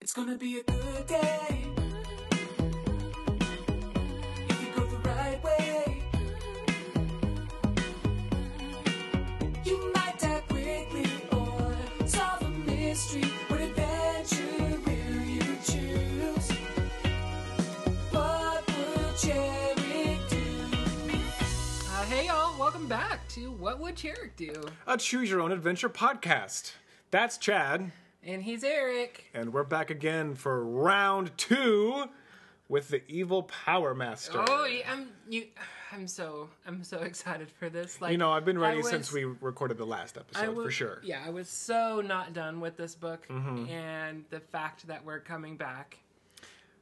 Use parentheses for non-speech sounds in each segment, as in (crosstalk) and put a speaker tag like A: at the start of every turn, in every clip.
A: It's gonna be a good day. If you go the right way, you might die quickly or solve a mystery. What adventure will you choose? What would Jerry do?
B: Uh, hey y'all, welcome back to What Would Cherrick Do?
C: a Choose Your Own Adventure podcast. That's Chad,
B: And he's Eric.
C: and we're back again for round two with the Evil Power Master.
B: Oh, yeah, I'm you. I'm so I'm so (laughs) excited for this. Like
C: You know, I've been ready
B: I was-
C: since we recorded the last episode,
B: I wa-
C: for sure. Mm-hmm.
B: Yeah, I was so not done with this book, and the fact that we're coming back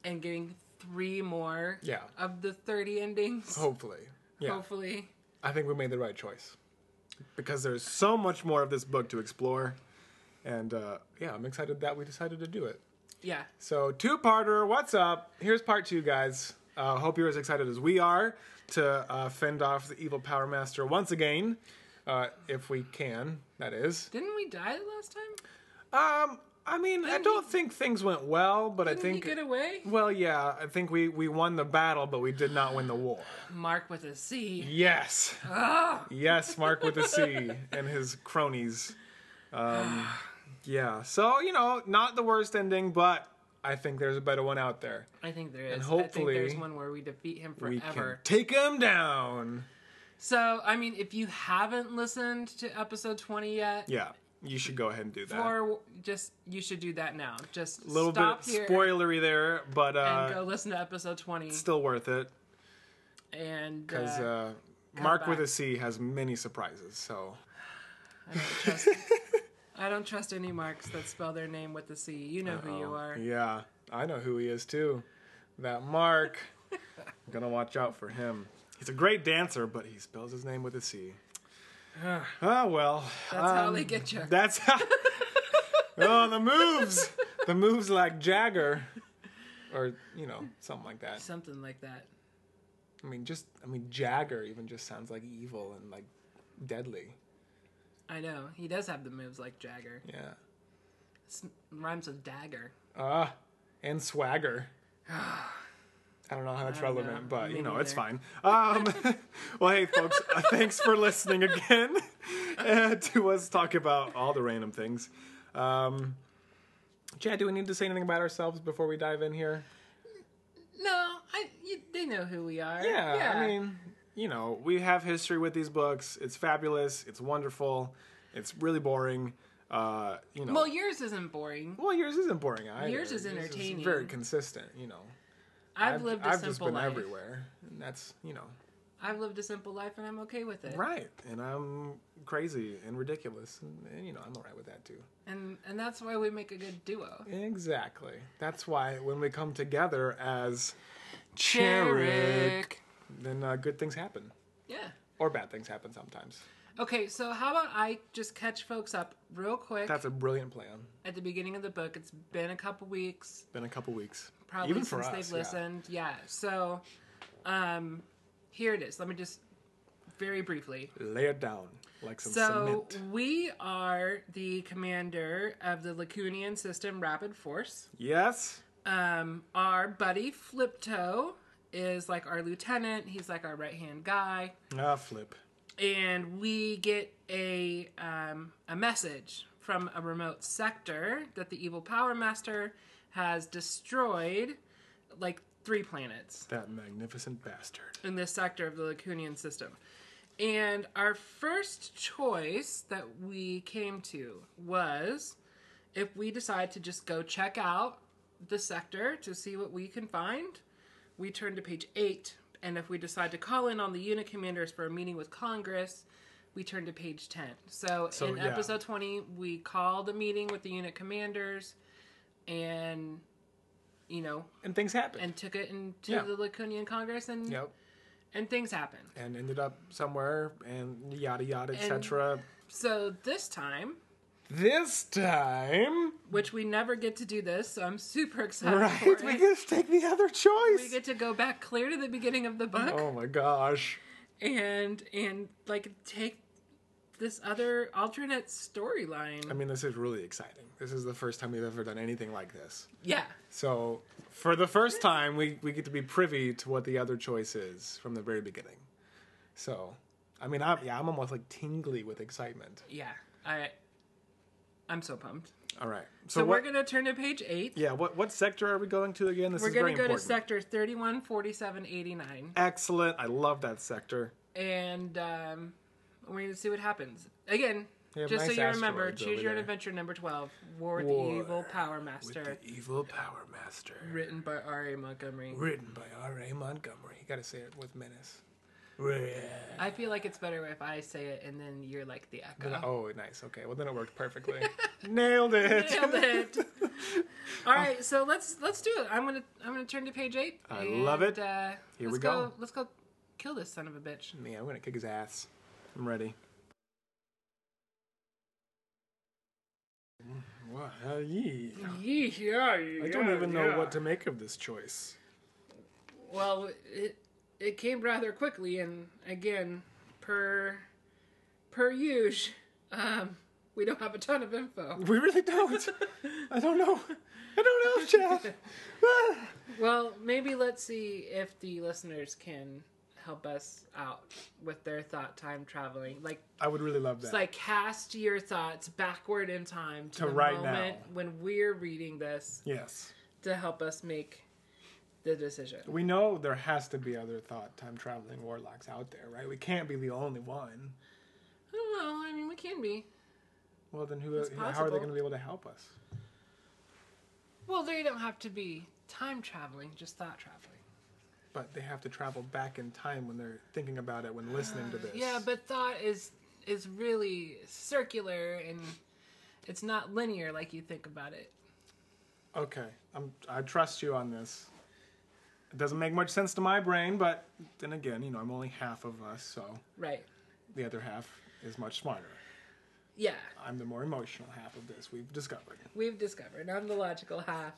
B: and getting three more
C: Yeah.
B: of the thirty endings.
C: Hopefully. Yeah.
B: Hopefully,
C: I think we made the right choice because there's so much more of this book to explore. And uh, yeah, I'm excited that we decided to do it.
B: yeah.
C: So, two parter, what's up? Here's part two, guys. Uh, hope you're as excited as we are to uh, fend off the evil Power Master once again, uh, if we can, that is.
B: Didn't we die the last time?
C: Um, I mean, I don't think things went well, but I
B: Didn't
C: think.
B: he get away?
C: Well, yeah, I think we, we won the battle, but we did not win the war.
B: Mark with a C.
C: Yes.
B: Ah.
C: Yes, Mark with
B: (laughs)
C: a C and his cronies. Um, yeah, so, you know, not the worst ending, but I think there's a better one out there.
B: I think there is. I
C: hopefully
B: think there's one where we defeat him forever.
C: We can take him down.
B: So, I mean, if you haven't listened to episode 20 yet,
C: Yeah, you should go ahead and do that.
B: or just you should do that now. Just
C: a little
B: stop
C: bit
B: here
C: spoilery there, but
B: and go
C: uh,
B: listen to episode 20
C: still worth it
B: and uh,
C: because uh, Mark with
B: back.
C: a C has many surprises. So
B: I don't trust I don't trust any marks that spell their name with a C. You know who you are.
C: um, yeah, I know who he is too. That Mark, (laughs) gonna watch out for him. He's a great dancer, but he spells his name with a C.
B: (sighs)
C: Ah well,
B: That's how they get you.
C: (laughs)
B: (laughs)
C: that's how. oh, the moves, the moves like Jagger, or you know something like that.
B: Something like that.
C: I mean, just I mean, Jagger even just sounds like evil and like deadly.
B: I know. He does have the moves like Jagger.
C: Yeah.
B: It's, rhymes with dagger.
C: Ah, and swagger. (sighs) I don't know how that's
B: don't know.
C: relevant, but
B: Me
C: you know, it's
B: neither.
C: fine. Um, (laughs) well, hey, folks, uh, thanks for listening again (laughs) uh, to us talk about all the random things. Um, Chad, do we need to say anything about ourselves before we dive in here?
B: No, I you, they know who we are.
C: Yeah, I mean, you know, we have history with these books. It's fabulous. It's wonderful. It's really boring. Uh, you know,
B: well, yours isn't boring.
C: Well, yours isn't boring either.
B: Yours is entertaining.
C: very consistent, you know.
B: I've, lived a
C: I've
B: simple
C: just been
B: life.
C: everywhere, and that's you know
B: I've lived a simple life and I'm okay with it.
C: right. And I'm crazy and ridiculous, and, and, you know I'm alright with that too.
B: And and that's why we make a good duo.
C: Exactly. That's why when we come together as Cherrick,
B: Cherrick.
C: then uh, good things happen,
B: Yeah.
C: or bad things happen sometimes.
B: Okay, so how about I just catch folks up real quick
C: That's a brilliant plan.
B: at the beginning of the book. It's been a couple weeks,
C: Been a couple weeks,
B: probably
C: even for
B: since
C: us.
B: they've
C: yeah.
B: listened. Yeah. So um here it is. Let me just very briefly.
C: Lay it down like some
B: So
C: cement.
B: we are the commander of the Lacunian system rapid force.
C: Yes.
B: Um, our buddy Fliptoe is like our lieutenant. He's like our right hand guy,
C: Ah, flip.
B: and we get a um, a message from a remote sector that the evil Power Master has destroyed like three planets
C: That magnificent bastard.
B: in this sector of the Lacunian system. And our first choice that we came to was if we decide to just go check out the sector to see what we can find, we turn to page eight. And if we decide to call in on the unit commanders for a meeting with Congress, we turn to page 10. So,
C: So,
B: in
C: yeah.
B: episode 20, we called a meeting with the unit commanders and, you know,
C: And things happen.
B: and took it into
C: Yeah.
B: the Lacunian Congress and
C: yep.
B: and things happen.
C: and ended up somewhere and yada yada etc.
B: So this time,
C: This time,
B: which we never get to do this, so I'm super excited for
C: right?
B: it.
C: We get to take the other
B: We
C: choice.
B: get to go back clear to the beginning of the book
C: oh my gosh!
B: and and like take this other alternate storyline.
C: I mean, this is really exciting. This is the first time we've ever done anything like this.
B: yeah.
C: So, for the first time, we, we get to be privy to what the other choice is from the very beginning. So, I mean, I'm, yeah, I'm almost like tingly with excitement.
B: Yeah. I I'm so pumped.
C: All right. So,
B: So,
C: what,
B: we're going to turn to page 8.
C: yeah, what what sector are we going to again? This
B: We're
C: is
B: going
C: very
B: to go
C: important.
B: to sector 31 47 89
C: Excellent. I love that sector.
B: and um we're going to see what happens. Again,
C: Yeah,
B: just
C: nice
B: so you remember,
C: asteroids
B: choose
C: over
B: your own
C: there.
B: adventure number 12, War with
C: War
B: the Evil Power
C: With
B: Master,
C: the evil power master.
B: written by R.A. Montgomery.
C: Written by R.A. Montgomery. You got to say it with menace. Yeah.
B: I feel like it's better if I say it and then you're like the echo. (laughs)
C: Oh, nice. Okay. Well, then it worked perfectly. (laughs) Nailed it. (laughs)
B: Nailed it. All right, so let's let's do it. I'm gonna I'm gonna turn to page eight.
C: I love it.
B: Uh,
C: Here we
B: let's
C: go.
B: Let's go kill this son of a bitch.
C: Yeah, I'm going to kick his ass. I'm ready. What? Uh, yee.
B: Yeah,
C: I don't even know what to make of this choice.
B: Well, it it came rather quickly, and again, per per use, um, we don't have a ton of info.
C: We really (laughs) don't. I don't know. I don't know, (laughs) Chad. Ah.
B: Well, maybe let's see if the listeners can help us out with their thought time traveling, like
C: I would really love that.
B: It's like cast your thoughts backward in time to,
C: To
B: the
C: right
B: moment
C: now.
B: when we're reading this
C: yes.
B: to help us make the decision.
C: We know there has to be other thought time traveling warlocks out there, right? We can't be the only one.
B: I don't know. I mean, we can be.
C: Well, then who?
B: It's
C: How are they
B: possible.
C: going to be able to help us?
B: Well, they don't have to be time traveling, just thought traveling.
C: But they have to travel back in time when they're thinking about it, when listening to this.
B: Uh, Yeah, but thought is is really circular and it's not linear like you think about it.
C: okay, I'm, I trust you on this. It doesn't make much sense to my brain, but then again, you know, I'm only half of us, so
B: Right.
C: the other half is much smarter.
B: Yeah,
C: I'm the more emotional half of this. We've discovered.
B: we've discovered I'm the logical half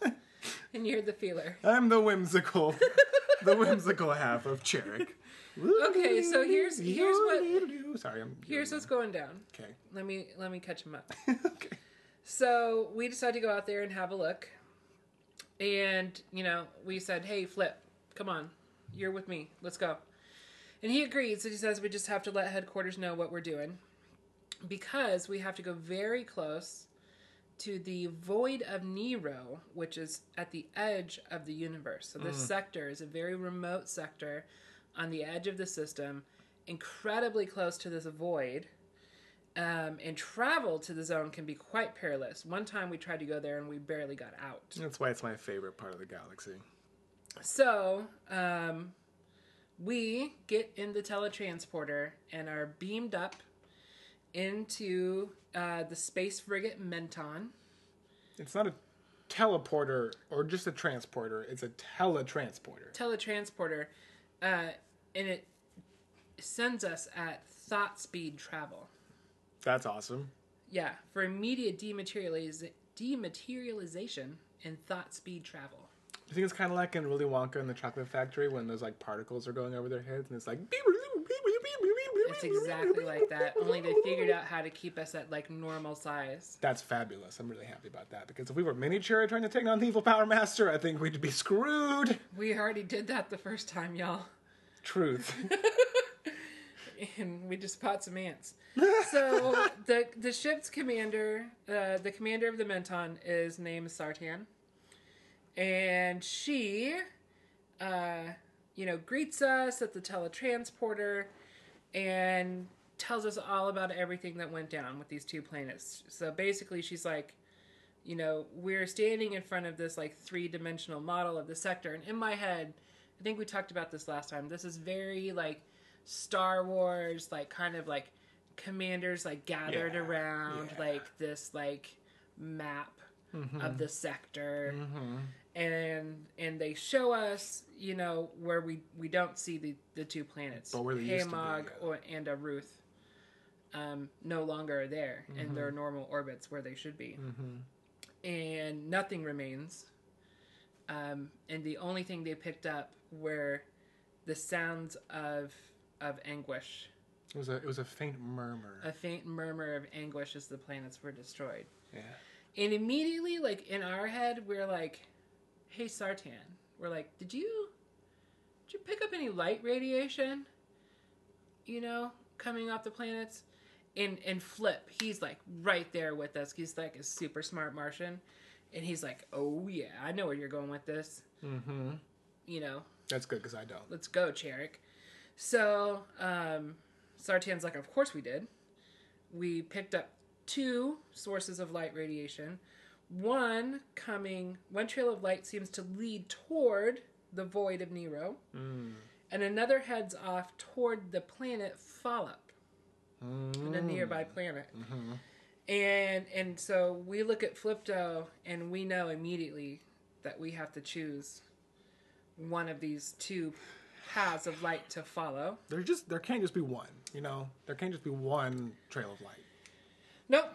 B: and you're the feeler.
C: I'm the whimsical, the whimsical half of Cherik.
B: Okay, so here's- here's what-
C: Sorry, I'm.
B: Here's what's going down.
C: Okay.
B: Let me let me catch him up.
C: okay.
B: So we decided to go out there and have a look. And, you know, we said, hey, Flip, come on. You're with me. Let's go. And he agrees. And he says we just have to let headquarters know what we're doing because we have to go very close to the void of Nero, which is at the edge of the universe. So this sector is a very remote sector on the edge of the system, incredibly close to this void um, and travel to the zone can be quite perilous. One time we tried to go there and we barely got out.
C: That's why it's my favorite part of the galaxy.
B: So um, we get in the teletransporter and are beamed up into uh, the space frigate Menton.
C: It's not a teleporter or just a transporter. It's a teletransporter.
B: Teletransporter, uh, and it sends us at thought speed travel.
C: That's awesome.
B: Yeah, for immediate dematerializ- dematerialization and thought speed travel.
C: You think it's kind of like in Willy Wonka and the Chocolate Factory when those like particles are going over their heads and it's like.
B: It's exactly like that. Only they figured out how to keep us at like normal size.
C: That's fabulous. I'm really happy about that because if we were miniature trying to take on the evil Power Master, I think we'd be screwed.
B: We already did that the first time, y'all, (laughs)
C: Truth.
B: and we just fought some ants. So the the ship's commander, uh, the commander of the Menton, is named Sartan, and she, uh, you know, greets us at the teletransporter, and tells us all about everything that went down with these two planets. So basically, she's like. you know, we're standing in front of this like three dimensional model of the sector. And in my head, I think we talked about this last time. This is very like Star Wars, like kind of like commanders like gathered
C: Yeah,
B: around
C: yeah. Mm-hmm.
B: like this like map of the sector. And and they show us, you know, where we we don't see the the two planets,
C: But where they used to be,
B: Haemog
C: yeah.
B: or and Aruth, um, no longer are there
C: Mm-hmm.
B: in their normal orbits where they should be and nothing remains. Um, and the only thing they picked up were the sounds of of anguish
C: It was a it was a faint murmur.
B: A faint murmur of anguish as the planets were destroyed.
C: yeah.
B: And immediately, like in our head, we're like, "Hey, Sartan," we're like, "Did you, did you pick up any light radiation? You know, coming off the planets?" And and Flip, he's like right there with us. He's like a super smart Martian, and he's like, "Oh yeah, I know where you're going with this." Mm-hmm. You know,
C: That's good because I don't.
B: let's go, Cherik. So, um, Sartan's like, of course we did. We picked up two sources of light radiation. One coming, one trail of light seems to lead toward the void of Nero, and another heads off toward the planet Fallop, the nearby planet. And and so we look at Flipto, and we know immediately that we have to choose one of these two paths of light to follow.
C: There just there can't just be one. You know, there can't just be one trail of light.
B: Nope.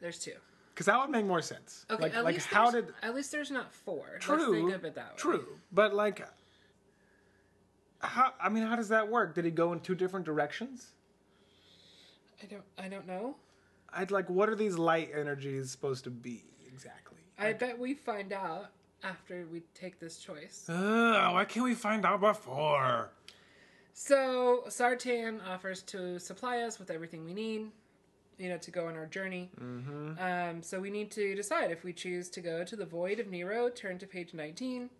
B: There's two.
C: Because that would make more sense.
B: Okay,
C: like
B: at
C: like
B: least
C: how
B: there's-
C: did
B: at least there's not four. Let's
C: true
B: think of it that way.
C: true, but like how I mean, how does that work? Did he go in two different directions?
B: I don't I don't know.
C: I'd like what are these light energies supposed to be exactly?
B: I bet we find out after we take this choice.
C: Ugh, why can't we find out before?
B: So Sartan offers to supply us with everything we need, you know, to go on our journey.
C: Mm-hmm.
B: Um, so we need to decide if we choose to go to the void of Nero. Turn to page nineteen,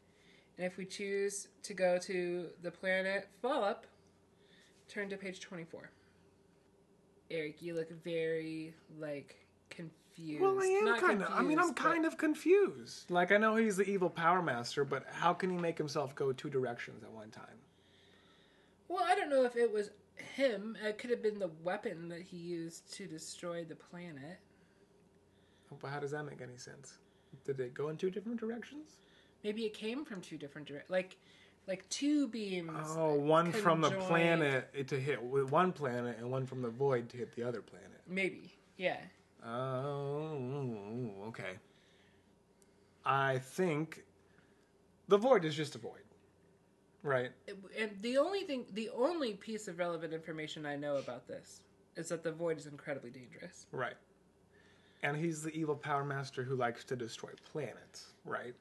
B: and if we choose to go to the planet Fallop, turn to page twenty-four. Eric, you look very like confused.
C: Well, I am
B: Not
C: kind of. I mean, I'm
B: confused,
C: kind of confused. Like, I know he's the evil power master, but how can he make himself go two directions at one time?
B: but- Well, I don't know if it was him. It could have been the weapon that he used to destroy the planet.
C: But how does that make any sense? Did it go in two different directions?
B: Maybe it came from two different directions, like like two beams.
C: Oh, one from the
B: Conjoined.
C: planet to hit with one planet, and one from the void to hit the other planet.
B: Maybe, yeah.
C: Oh, okay. I think the void is just a void, right?
B: And the only thing, the only piece of relevant information I know about this is that the void is incredibly dangerous.
C: Right. And he's the evil power master who likes to destroy planets, right?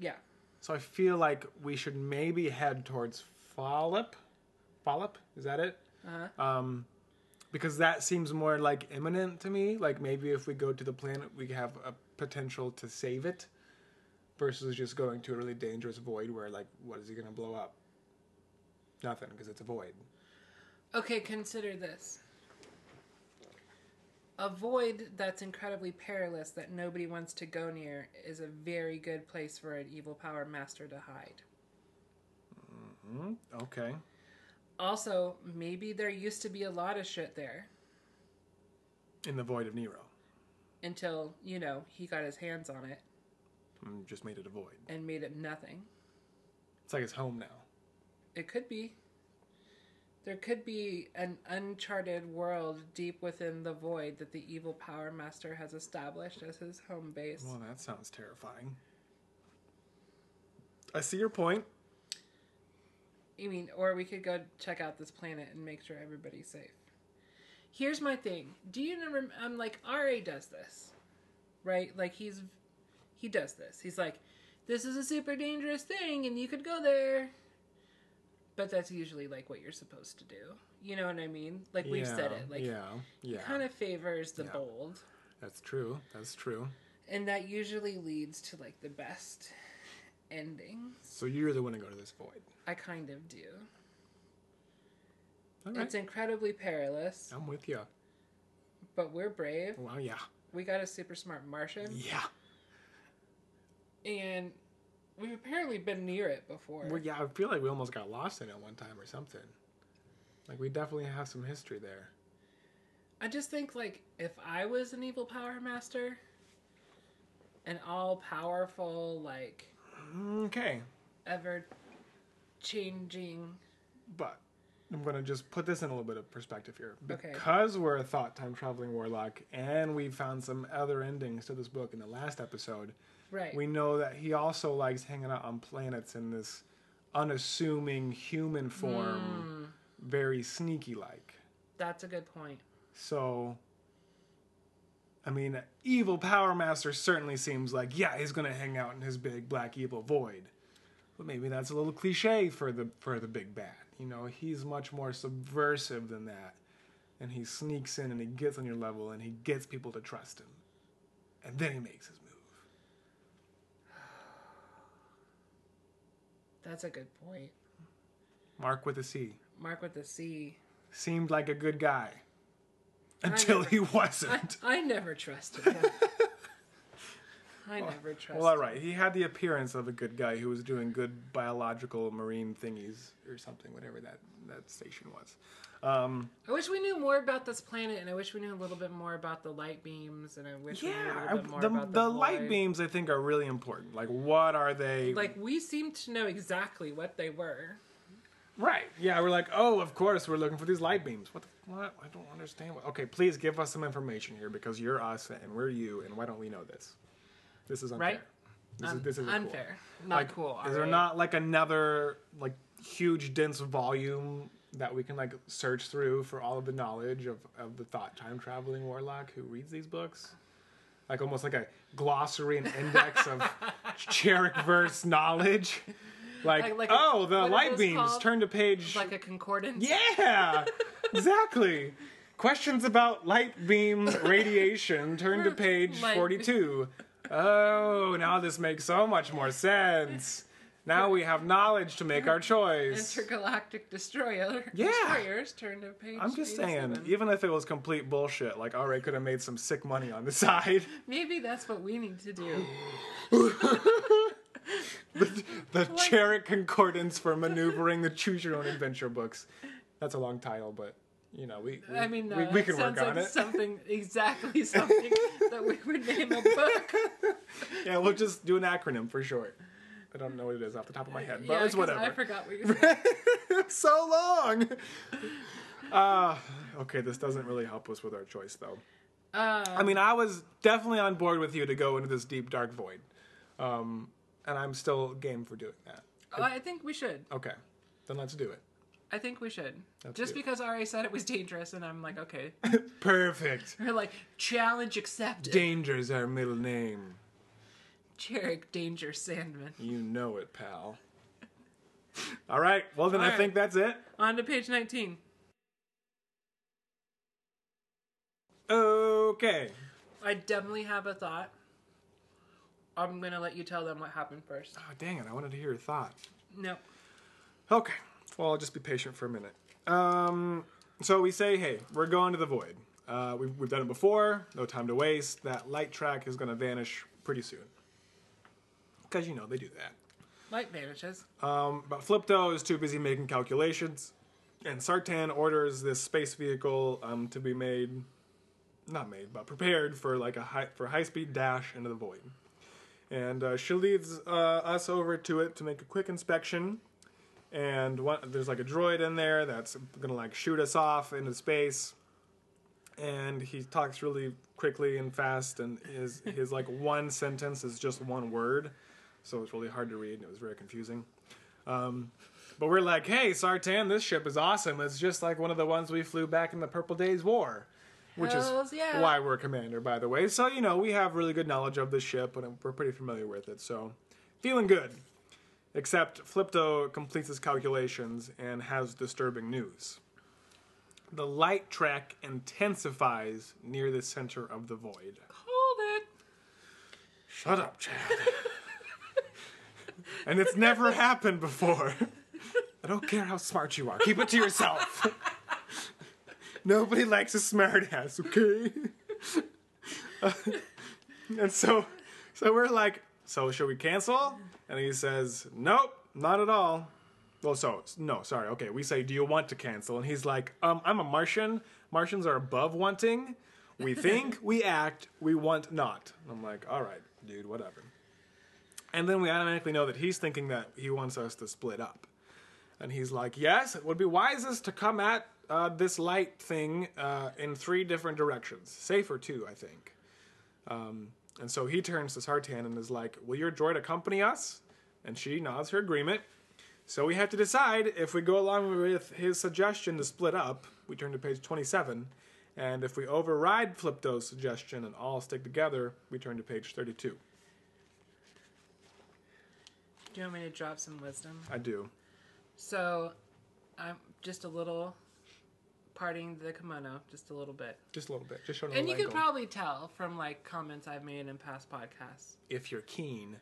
B: Yeah,
C: So I feel like we should maybe head towards Follop. Follop? Is that it? Uh-huh. Um, because that seems more like imminent to me. Like maybe if we go to the planet, we have a potential to save it versus just going to a really dangerous void where, like, what is he going to blow up? Nothing, because it's a void.
B: Okay, consider this. A void that's incredibly perilous that nobody wants to go near is a very good place for an evil power master to hide.
C: Okay.
B: Also, maybe there used to be a lot of shit there
C: In the void of Nero.
B: until, you know, he got his hands on it
C: Mm, Just made it a void.
B: and made it nothing.
C: It's like his home now.
B: It could be. There could be an uncharted world deep within the void that the evil power master has established as his home base.
C: Well, that sounds terrifying. I see your point.
B: You mean, or we could go check out this planet and make sure everybody's safe. Here's my thing. Do you remember? I'm like, Ra does this, right? Like he's, he does this. He's like, this is a super dangerous thing, and you could go there. But that's usually like what you're supposed to do. You know what I mean? Like we've said
C: Yeah,
B: it. Like
C: yeah, yeah.
B: kind of favors the
C: Yeah.
B: bold,
C: That's true. That's true.
B: and that usually leads to like the best endings.
C: So you really want to go to this void?
B: I kind of do.
C: All right.
B: It's incredibly perilous.
C: I'm with you.
B: But we're brave.
C: Well, yeah,
B: We got a super smart Martian,
C: yeah.
B: and we've apparently been near it before.
C: Well, yeah. I feel like we almost got lost in it one time or something. Like we definitely have some history there.
B: I just think, like, if I was an evil power master, an all powerful, like,
C: Okay,
B: ever changing.
C: but I'm gonna just put this in a little bit of perspective here
B: Okay.
C: because we're a thought time traveling warlock, and we found some other endings to this book in the last episode.
B: Right.
C: We know that he also likes hanging out on planets in this unassuming human form, very sneaky like.
B: That's a good point.
C: So, I mean, evil Power Master certainly seems like, yeah, he's gonna hang out in his big black evil void. But maybe that's a little cliche for the for the big bad. You know, he's much more subversive than that. And he sneaks in and he gets on your level and he gets people to trust him. And then he makes his move.
B: That's a good point.
C: Mark with a C.
B: Mark with the C.
C: Seemed like a good guy. Until he
B: I,
C: wasn't.
B: I never trusted him. I never trusted.
C: (laughs) Well, all right. He had the appearance of a good guy who was doing good biological marine thingies or something, whatever that, that station was. Um,
B: I wish we knew more about this planet, and I wish we knew a little bit more about the light beams, and I wish we knew a
C: yeah,
B: little bit more
C: the, the,
B: about
C: light
B: void.
C: beams I think are really important. Like, what are they?
B: Like we seem to know exactly what they were.
C: right? Yeah, we're like, oh, of course, we're looking for these light beams. What? The, what? I don't understand. What, okay, please give us some information here because you're us and we're you, and why don't we know this? This is unfair.
B: Right?
C: This
B: Un-
C: is this is
B: unfair. Not
C: like,
B: cool.
C: Is there
B: alright.
C: not like another like huge dense volume that we can like search through for all of the knowledge of, of the thought time traveling warlock who reads these books? Like almost like a glossary and
B: (laughs)
C: index of Cheric verse knowledge. Like,
B: Like- like a-
C: oh, the
B: what are
C: light
B: those
C: beams.
B: called?
C: Turn to page.
B: like a concordance?
C: yeah, exactly. Questions about light beam radiation. Turn to page
B: Light-
C: 42. Oh, now this makes so much more sense. Now we have knowledge to make our choice.
B: Intergalactic destroyer.
C: Yeah.
B: Destroyers turned to page.
C: I'm just saying,
B: 87.
C: even if it was complete bullshit, like, all right, could have made some sick money on the side. (laughs)
B: Maybe that's what we need to
C: (gasps)
B: do.
C: The Chariot Concordance for Maneuvering the Choose Your Own Adventure books. That's a long title, but, you know, we, we,
B: I mean, no,
C: we, we
B: that
C: can work
B: sounds
C: on
B: like
C: it.
B: something exactly
C: (laughs)
B: something that we would name a book.
C: Yeah, we'll just do an acronym for short. I don't know what it is off the top of my head, but
B: yeah,
C: it's
B: 'cause I
C: whatever.
B: forgot
C: (laughs)
B: what you said.
C: so long. Uh, okay, this doesn't really help us with our choice, though.
B: Uh,
C: I mean, I was definitely on board with you to go into this deep dark void, um, and I'm still game for doing that.
B: oh, I think we should.
C: Okay, then let's do it.
B: I think we should.
C: Let's
B: Just
C: do it.
B: because Ari said it was dangerous, and I'm like, okay. (laughs)
C: Perfect.
B: We're like, challenge accepted.
C: Danger's our middle name.
B: Jarek Danger Sandman.
C: You know it, pal. All right. Well, then
B: All
C: I
B: right.
C: think that's it.
B: On to page 19.
C: Okay.
B: I definitely have a thought. I'm gonna let you tell them what happened first.
C: Oh, dang it! I wanted to hear your thought.
B: No.
C: Okay. Well, I'll just be patient for a minute. Um, so we say, hey, we're going to the void. Uh, we've, we've done it before. No time to waste. That light track is going to vanish pretty soon. Because, you know, they do that.
B: Light vanishes.
C: Um, but Flipto is too busy making calculations. And Sartan orders this space vehicle um, to be made, not made, but prepared for like a high, for high speed dash into the void. And uh, she leads uh, us over to it to make a quick inspection and one, there's like a droid in there that's gonna like shoot us off into space and he talks really quickly and fast and his his like (laughs) one sentence is just one word so it's really hard to read and it was very confusing um, but we're like hey sartan this ship is awesome it's just like one of the ones we flew back in the purple days war which
B: Hells
C: is
B: yeah.
C: why we're commander by the way so you know we have really good knowledge of the ship and we're pretty familiar with it so feeling good Except Flipto completes his calculations and has disturbing news. The light track intensifies near the center of the void.
B: Hold it.
C: Shut up, Chad. (laughs) and it's never happened before. I don't care how smart you are. Keep it to yourself. Nobody likes a smart ass, okay? (laughs) Uh, and so so we're like, so should we cancel? And he says, Nope, not at all. Well, so no, sorry. Okay, we say, do you want to cancel? And he's like, um, I'm a Martian. Martians are above wanting. We think, we act, we want not. And I'm like, all right, dude, whatever. And then we automatically know that he's thinking that he wants us to split up. And he's like, yes, it would be wisest to come at uh, this light thing uh, in three different directions. Safer, too, I think. Um, and so he turns to Sartan and is like, will your droid accompany us? And she nods her agreement. So we have to decide if we go along with his suggestion to split up. We turn to page 27. And if we override Flipto's suggestion and all stick together, we turn to page 32.
B: Do you want me to drop some wisdom?
C: I do.
B: So, I'm just a little parting the kimono, just a little bit.
C: Just a little bit. Just showing a
B: And you
C: little
B: can
C: angle.
B: probably tell from like comments I've made in past podcasts.
C: If you're keen.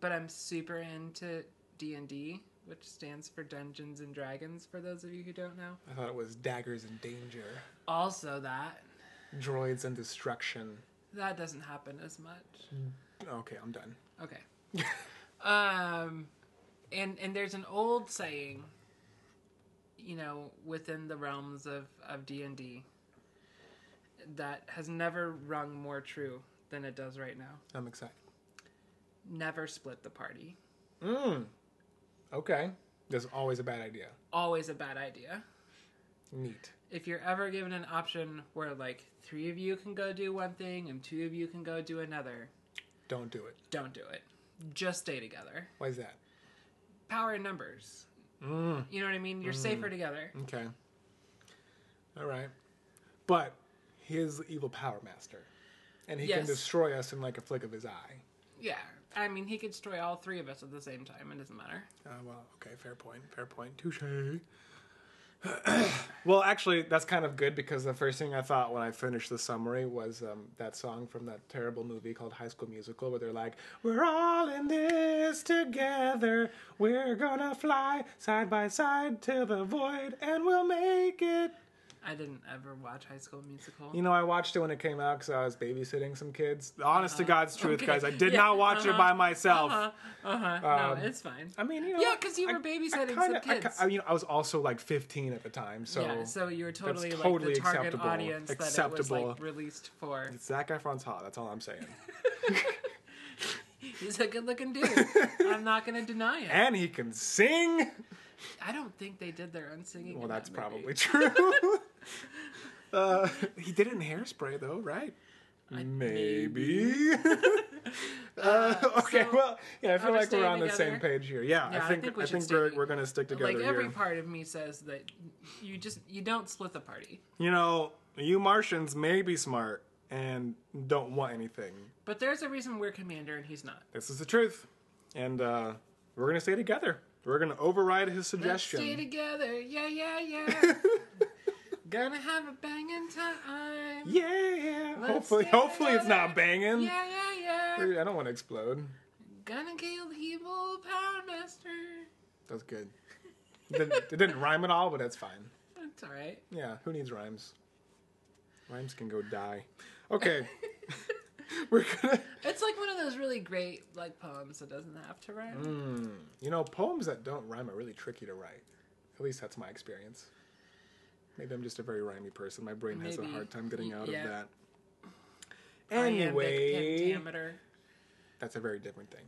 B: But I'm super into D and D, which stands for Dungeons and Dragons. For those of you who don't know,
C: I thought it was daggers and danger,
B: also that
C: droids and destruction.
B: that doesn't happen as much.
C: Okay, I'm done.
B: Okay. um, and and there's an old saying, you know, within the realms of of D and D, that has never rung more true than it does right now.
C: I'm excited.
B: Never split the party.
C: Mm. Okay. That's always a bad idea.
B: Always a bad idea.
C: Neat.
B: If you're ever given an option where like three of you can go do one thing and two of you can go do another,
C: Don't do it.
B: don't do it. Just stay together.
C: Why is that?
B: Power in numbers.
C: Mm.
B: You know what I mean? You're safer together.
C: Okay. All right. But he is the evil power master. And he can
B: Yes.
C: destroy us in like a flick of his eye.
B: Yeah, I mean, he could destroy all three of us at the same time. It doesn't matter.
C: Uh, well, okay, fair point. Fair point. Touche. (clears throat) well, actually, that's kind of good because the first thing I thought when I finished the summary was um, that song from that terrible movie called High School Musical, where they're like, "We're all in this together. We're gonna fly side by side to the void, and we'll make it."
B: I didn't ever watch High School Musical.
C: You know, I watched it when it came out because I was babysitting some kids. Honest to God's truth,
B: Uh-huh. okay.
C: guys, I did
B: Yeah,
C: not watch it
B: uh-huh,
C: by myself. Um,
B: no, it's fine.
C: I mean, you know,
B: Yeah, 'cause you
C: I-
B: were babysitting
C: I
B: some
C: I ki-
B: kids.
C: I, mean, I was also like 15 at the time, so
B: yeah, so you were totally, like
C: totally
B: the target
C: acceptable.
B: audience that it was
C: Acceptable.
B: like released for.
C: (laughs) Zac Efron's hot. That's all I'm saying.
B: He's a good-looking dude. I'm not going to deny it.
C: and he can sing.
B: I don't think they did their own singing.
C: Well,
B: in
C: that's
B: that movie.
C: probably true. (laughs) uh, he did it in Hairspray, though, right?
B: Uh,
C: Maybe.
B: (laughs)
C: (laughs) uh, okay,
B: so,
C: well, yeah, I feel
B: we're
C: like we're
B: staying
C: on the same
B: together?
C: page here. Yeah,
B: Yeah,
C: I
B: I
C: think I
B: think we
C: think,
B: should stay-
C: we're, we're gonna stick together
B: Like every
C: here.
B: part of me says that you just you don't split the party,
C: you know, you Martians may be smart and don't want anything.
B: but there's a reason we're commander and he's not.
C: This is the truth, and uh, we're gonna stay together. We're gonna override his
B: Let's
C: suggestion. (laughs)
B: stay together, yeah, yeah, yeah. Gonna have a banging time.
C: Yeah.
B: Let's
C: hopefully,
B: stay
C: hopefully it's not
B: together.
C: banging.
B: Yeah, yeah, yeah.
C: I don't want to explode.
B: Gonna kill the evil Power Master.
C: That's good. It didn't, it didn't rhyme at all, but that's fine.
B: That's alright.
C: Yeah. Who needs rhymes? Rhymes can go die.
B: (laughs)
C: Okay. (laughs) We're gonna.
B: It's like one of those really great like poems that doesn't have to rhyme.
C: You know, poems that don't rhyme are really tricky to write. At least that's my experience. Maybe I'm just a very rhymey person. My brain has a
B: Maybe.
C: hard time getting
B: Y-
C: out
B: yeah.
C: of that.
B: Iambic
C: Anyway,
B: pentameter. (laughs)
C: that's a very different thing.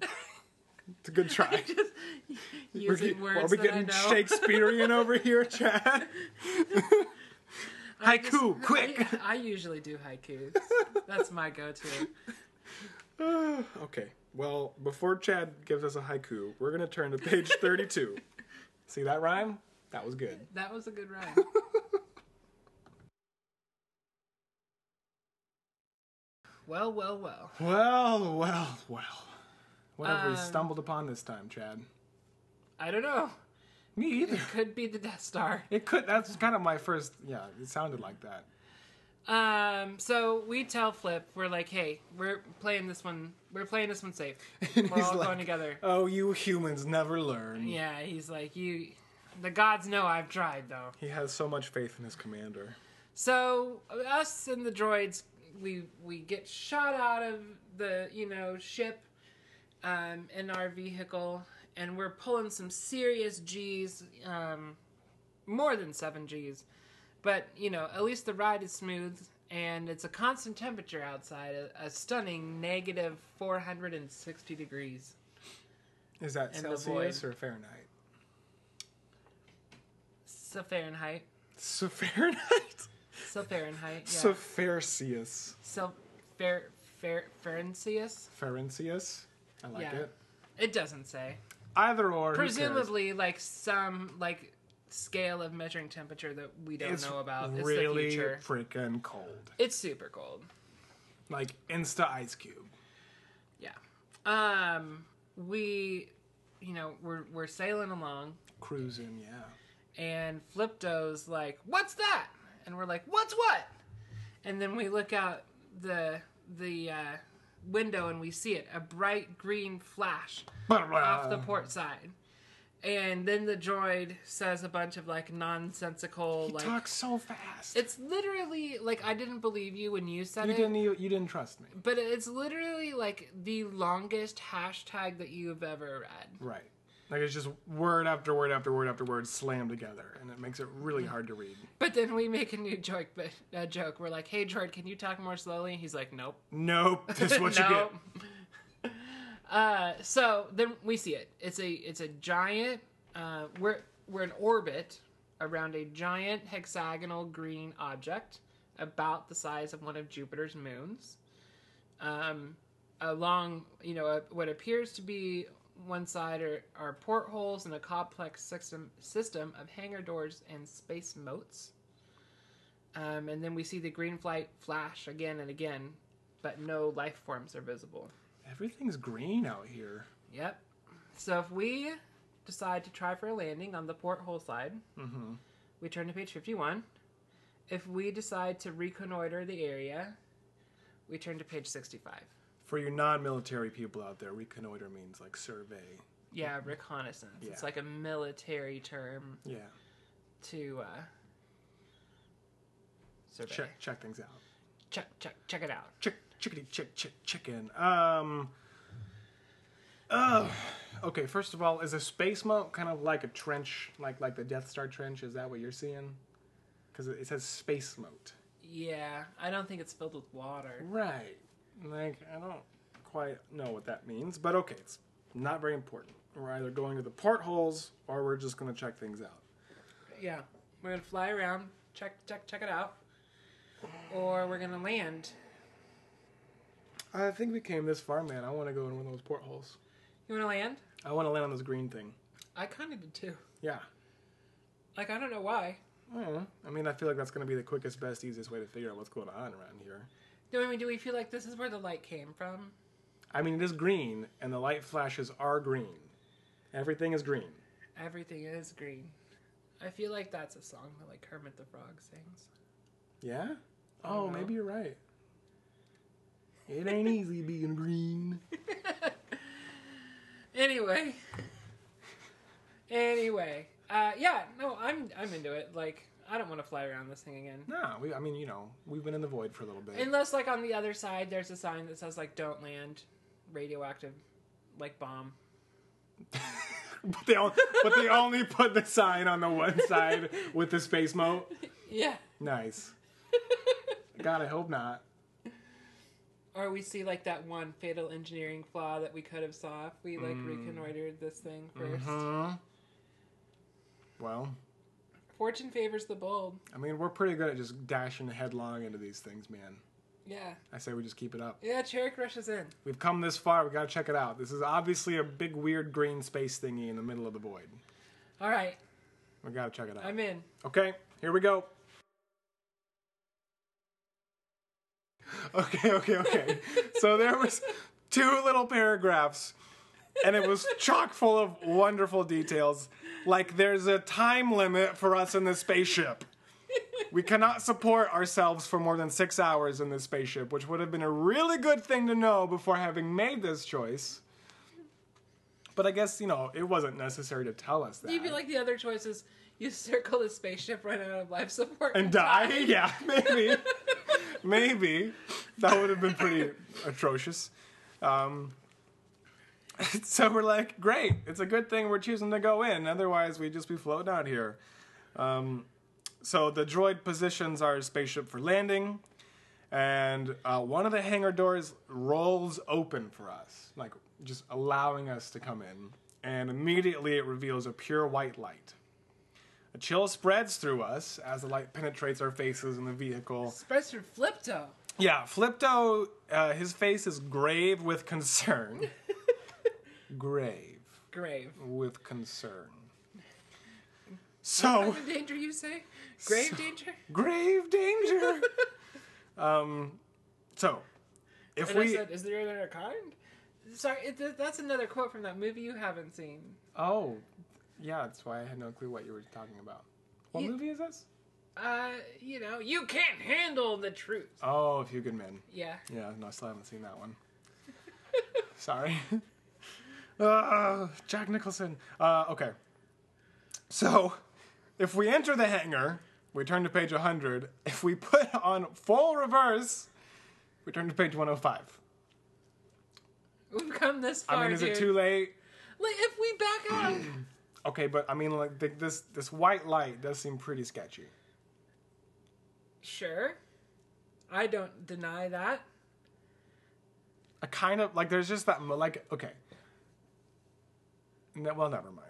C: It's a good try.
B: Just (laughs) using
C: We're- are
B: words
C: we
B: that I
C: getting
B: know.
C: Shakespearean
B: (laughs)
C: over here, Chad?
B: I just- (laughs)
C: Haiku, quick. (sighs)
B: I, I usually do haikus. That's my go-to.
C: okay. Well, before Chad gives us a haiku, we're gonna turn to page thirty-two. See that rhyme? That was good.
B: That was a good rhyme. (laughs) well, well, well.
C: Well, well, well. What have we
B: Um,
C: stumbled upon this time, Chad?
B: I don't know.
C: Me either.
B: It could be the Death Star.
C: It could. That's kind of my first. Yeah, it sounded like that.
B: Um, so we tell Flip, we're like, hey, we're playing this one. We're playing this one
C: (laughs)
B: safe.
C: And
B: We're
C: he's
B: all
C: like,
B: going together.
C: Oh, you humans never learn.
B: Yeah, he's like, you. The gods know I've tried though.
C: He has so much faith in his commander.
B: So us and the droids, we we get shot out of the you know ship, um, in our vehicle, and we're pulling some serious G's, um, more than seven G's, but you know at least the ride is smooth. And it's a constant temperature outside, a, a stunning negative 460 degrees.
C: Is that
B: In the
C: Celsius or Fahrenheit?
B: So Fahrenheit.
C: So Fahrenheit.
B: So Fahrenheit. Yeah.
C: (laughs) So Celsius.
B: so fair, fair, Fahrenheit.
C: Fahrenheit. I like
B: Yeah.
C: it.
B: It doesn't say.
C: Either or. who cares?
B: Presumably, like some like scale of measuring temperature that we don't
C: It's
B: know about. It's the
C: really
B: future.
C: freaking cold.
B: It's super cold.
C: Like Insta Ice Cube.
B: Yeah. Um, we, you know, we're we're sailing along,
C: Cruising, yeah.
B: and Flipto's like, "What's that?" And we're like, "What's what?" And then we look out the the uh, window and we see it—a bright green flash
C: uh,
B: off
C: Um.
B: the port side. And then the droid says a bunch of like nonsensical,
C: He
B: like
C: talks so fast.
B: it's literally like I didn't believe you when you said
C: you
B: it.
C: didn't e-, you, you didn't trust me.
B: But it's literally like the longest hashtag that you've ever read.
C: Right. Like it's just word after word after word after word slammed together and it makes it really hard to read.
B: But then we make a new joke, but a joke. We're like, "Hey, Droid, can you talk more slowly?" He's like, "Nope."
C: Nope, (laughs) that's what you get.
B: (laughs) Uh, so then we see it. It's a it's a giant. Uh, we're we're in orbit around a giant hexagonal green object about the size of one of Jupiter's moons. Um, along you know a, what appears to be one side are, are portholes and a complex system system of hangar doors and space moats. Um, and then we see the green flight flash again and again, but no life forms are visible.
C: Everything's green out here.
B: Yep. So if we decide to try for a landing on the porthole side,
C: Mm-hmm.
B: we turn to page 51. If we decide to reconnoiter the area, we turn to page 65.
C: For your non-military people out there, reconnoiter means like survey.
B: Yeah, reconnaissance. It's
C: Mm-hmm. Yeah.
B: like a military term
C: Yeah.
B: to uh, survey.
C: Check check things out.
B: check, check, check it out.
C: Chick chickadee chick chick chicken. Um Ugh. Okay, first of all, is a space moat kind of like a trench, like like the Death Star trench? Is that what you're seeing? Because it it says space moat.
B: Yeah, I don't think it's filled with water.
C: Right. Like, I don't quite know what that means, but okay, it's not very important. We're either going to the portholes or we're just going to check things out.
B: Yeah, we're gonna fly around, check, check, check it out, or we're gonna land.
C: I think we came this far, man. I want to go in one of those portholes.
B: You wanna land?
C: I want to land on this green thing.
B: I kind of did too.
C: Yeah.
B: Like I don't know why.
C: I don't know. I mean, I feel like that's going to be the quickest, best, easiest way to figure out what's going on around here.
B: Do I mean do we feel like this is where the light came from?
C: I mean, it is green, and the light flashes are green. Everything is green.
B: Everything is green. I feel like that's a song that like Kermit the Frog sings.
C: Yeah? Oh,
B: don't know.
C: maybe you're right. It ain't easy being green.
B: Anyway. anyway. Uh yeah, no, I'm I'm into it. Like I don't want to fly around this thing again.
C: No, we, I mean, you know, we've been in the void for a little bit.
B: Unless like on the other side there's a sign that says like don't land radioactive like bomb.
C: (laughs) but, they on- but they only put the sign on the one side with the space moat.
B: Yeah.
C: Nice. God, I hope not.
B: Or we see like that one fatal engineering flaw that we could have saw if we like
C: Mm.
B: reconnoitered this thing 1st
C: Mm-hmm. Well,
B: Fortune favors the bold.
C: I mean, we're pretty good at just dashing headlong into these things, man.
B: Yeah.
C: I say we just keep it up.
B: Yeah, Cherrick rushes in.
C: We've come this far. We gotta check it out. This is obviously a big, weird green space thingy in the middle of the void.
B: All right,
C: We gotta check it out.
B: I'm in.
C: Okay, here we go. (laughs) Okay, okay, okay. so there was two little paragraphs and it was chock full of wonderful details. Like there's a time limit for us in this spaceship. We cannot support ourselves for more than 6 hours in this spaceship, which would have been a really good thing to know before having made this choice. But I guess, you know, it wasn't necessary to tell us that.
B: You feel like the other choice is you circle the spaceship, run out of life support, (laughs)
C: and die? Yeah, (laughs) maybe. maybe. That would have been pretty atrocious. Um, (laughs) so we're like, great. It's a good thing we're choosing to go in. Otherwise, we'd just be floating out here. Um, so the droid positions our spaceship for landing. And uh, one of the hangar doors rolls open for us, like just allowing us to come in. And immediately it reveals a pure white light. A chill spreads through us as the light penetrates our faces in the vehicle.
B: Spreads from Flipto.
C: Yeah, Flipto, uh, his face is grave with concern. grave.
B: Grave.
C: with concern. So,
B: What danger you say? Grave danger?
C: grave danger.
B: (laughs)
C: um, so if
B: And I
C: we
B: said, is there another kind? Sorry, it, that- that's another quote from that movie you haven't seen.
C: oh yeah, that's why I had no clue what you were talking about. What
B: You-
C: movie is this?
B: Uh, you know, you can't handle the truth.
C: Oh, A Few Good Men.
B: Yeah.
C: Yeah, no, I still haven't seen that
B: (laughs)
C: one. Sorry. (laughs) Uh, Jack Nicholson. Uh, okay. So, if we enter the hangar, we turn to page 100. If we put on full reverse, we turn to page 105.
B: We've come this far.
C: I mean, is
B: dude.
C: it too late?
B: Like, if we back up.
C: Okay, but I mean, like the, this this white light does seem pretty sketchy.
B: sure. I don't deny that.
C: I kind of like there's just that mo- like okay. No, well, never mind.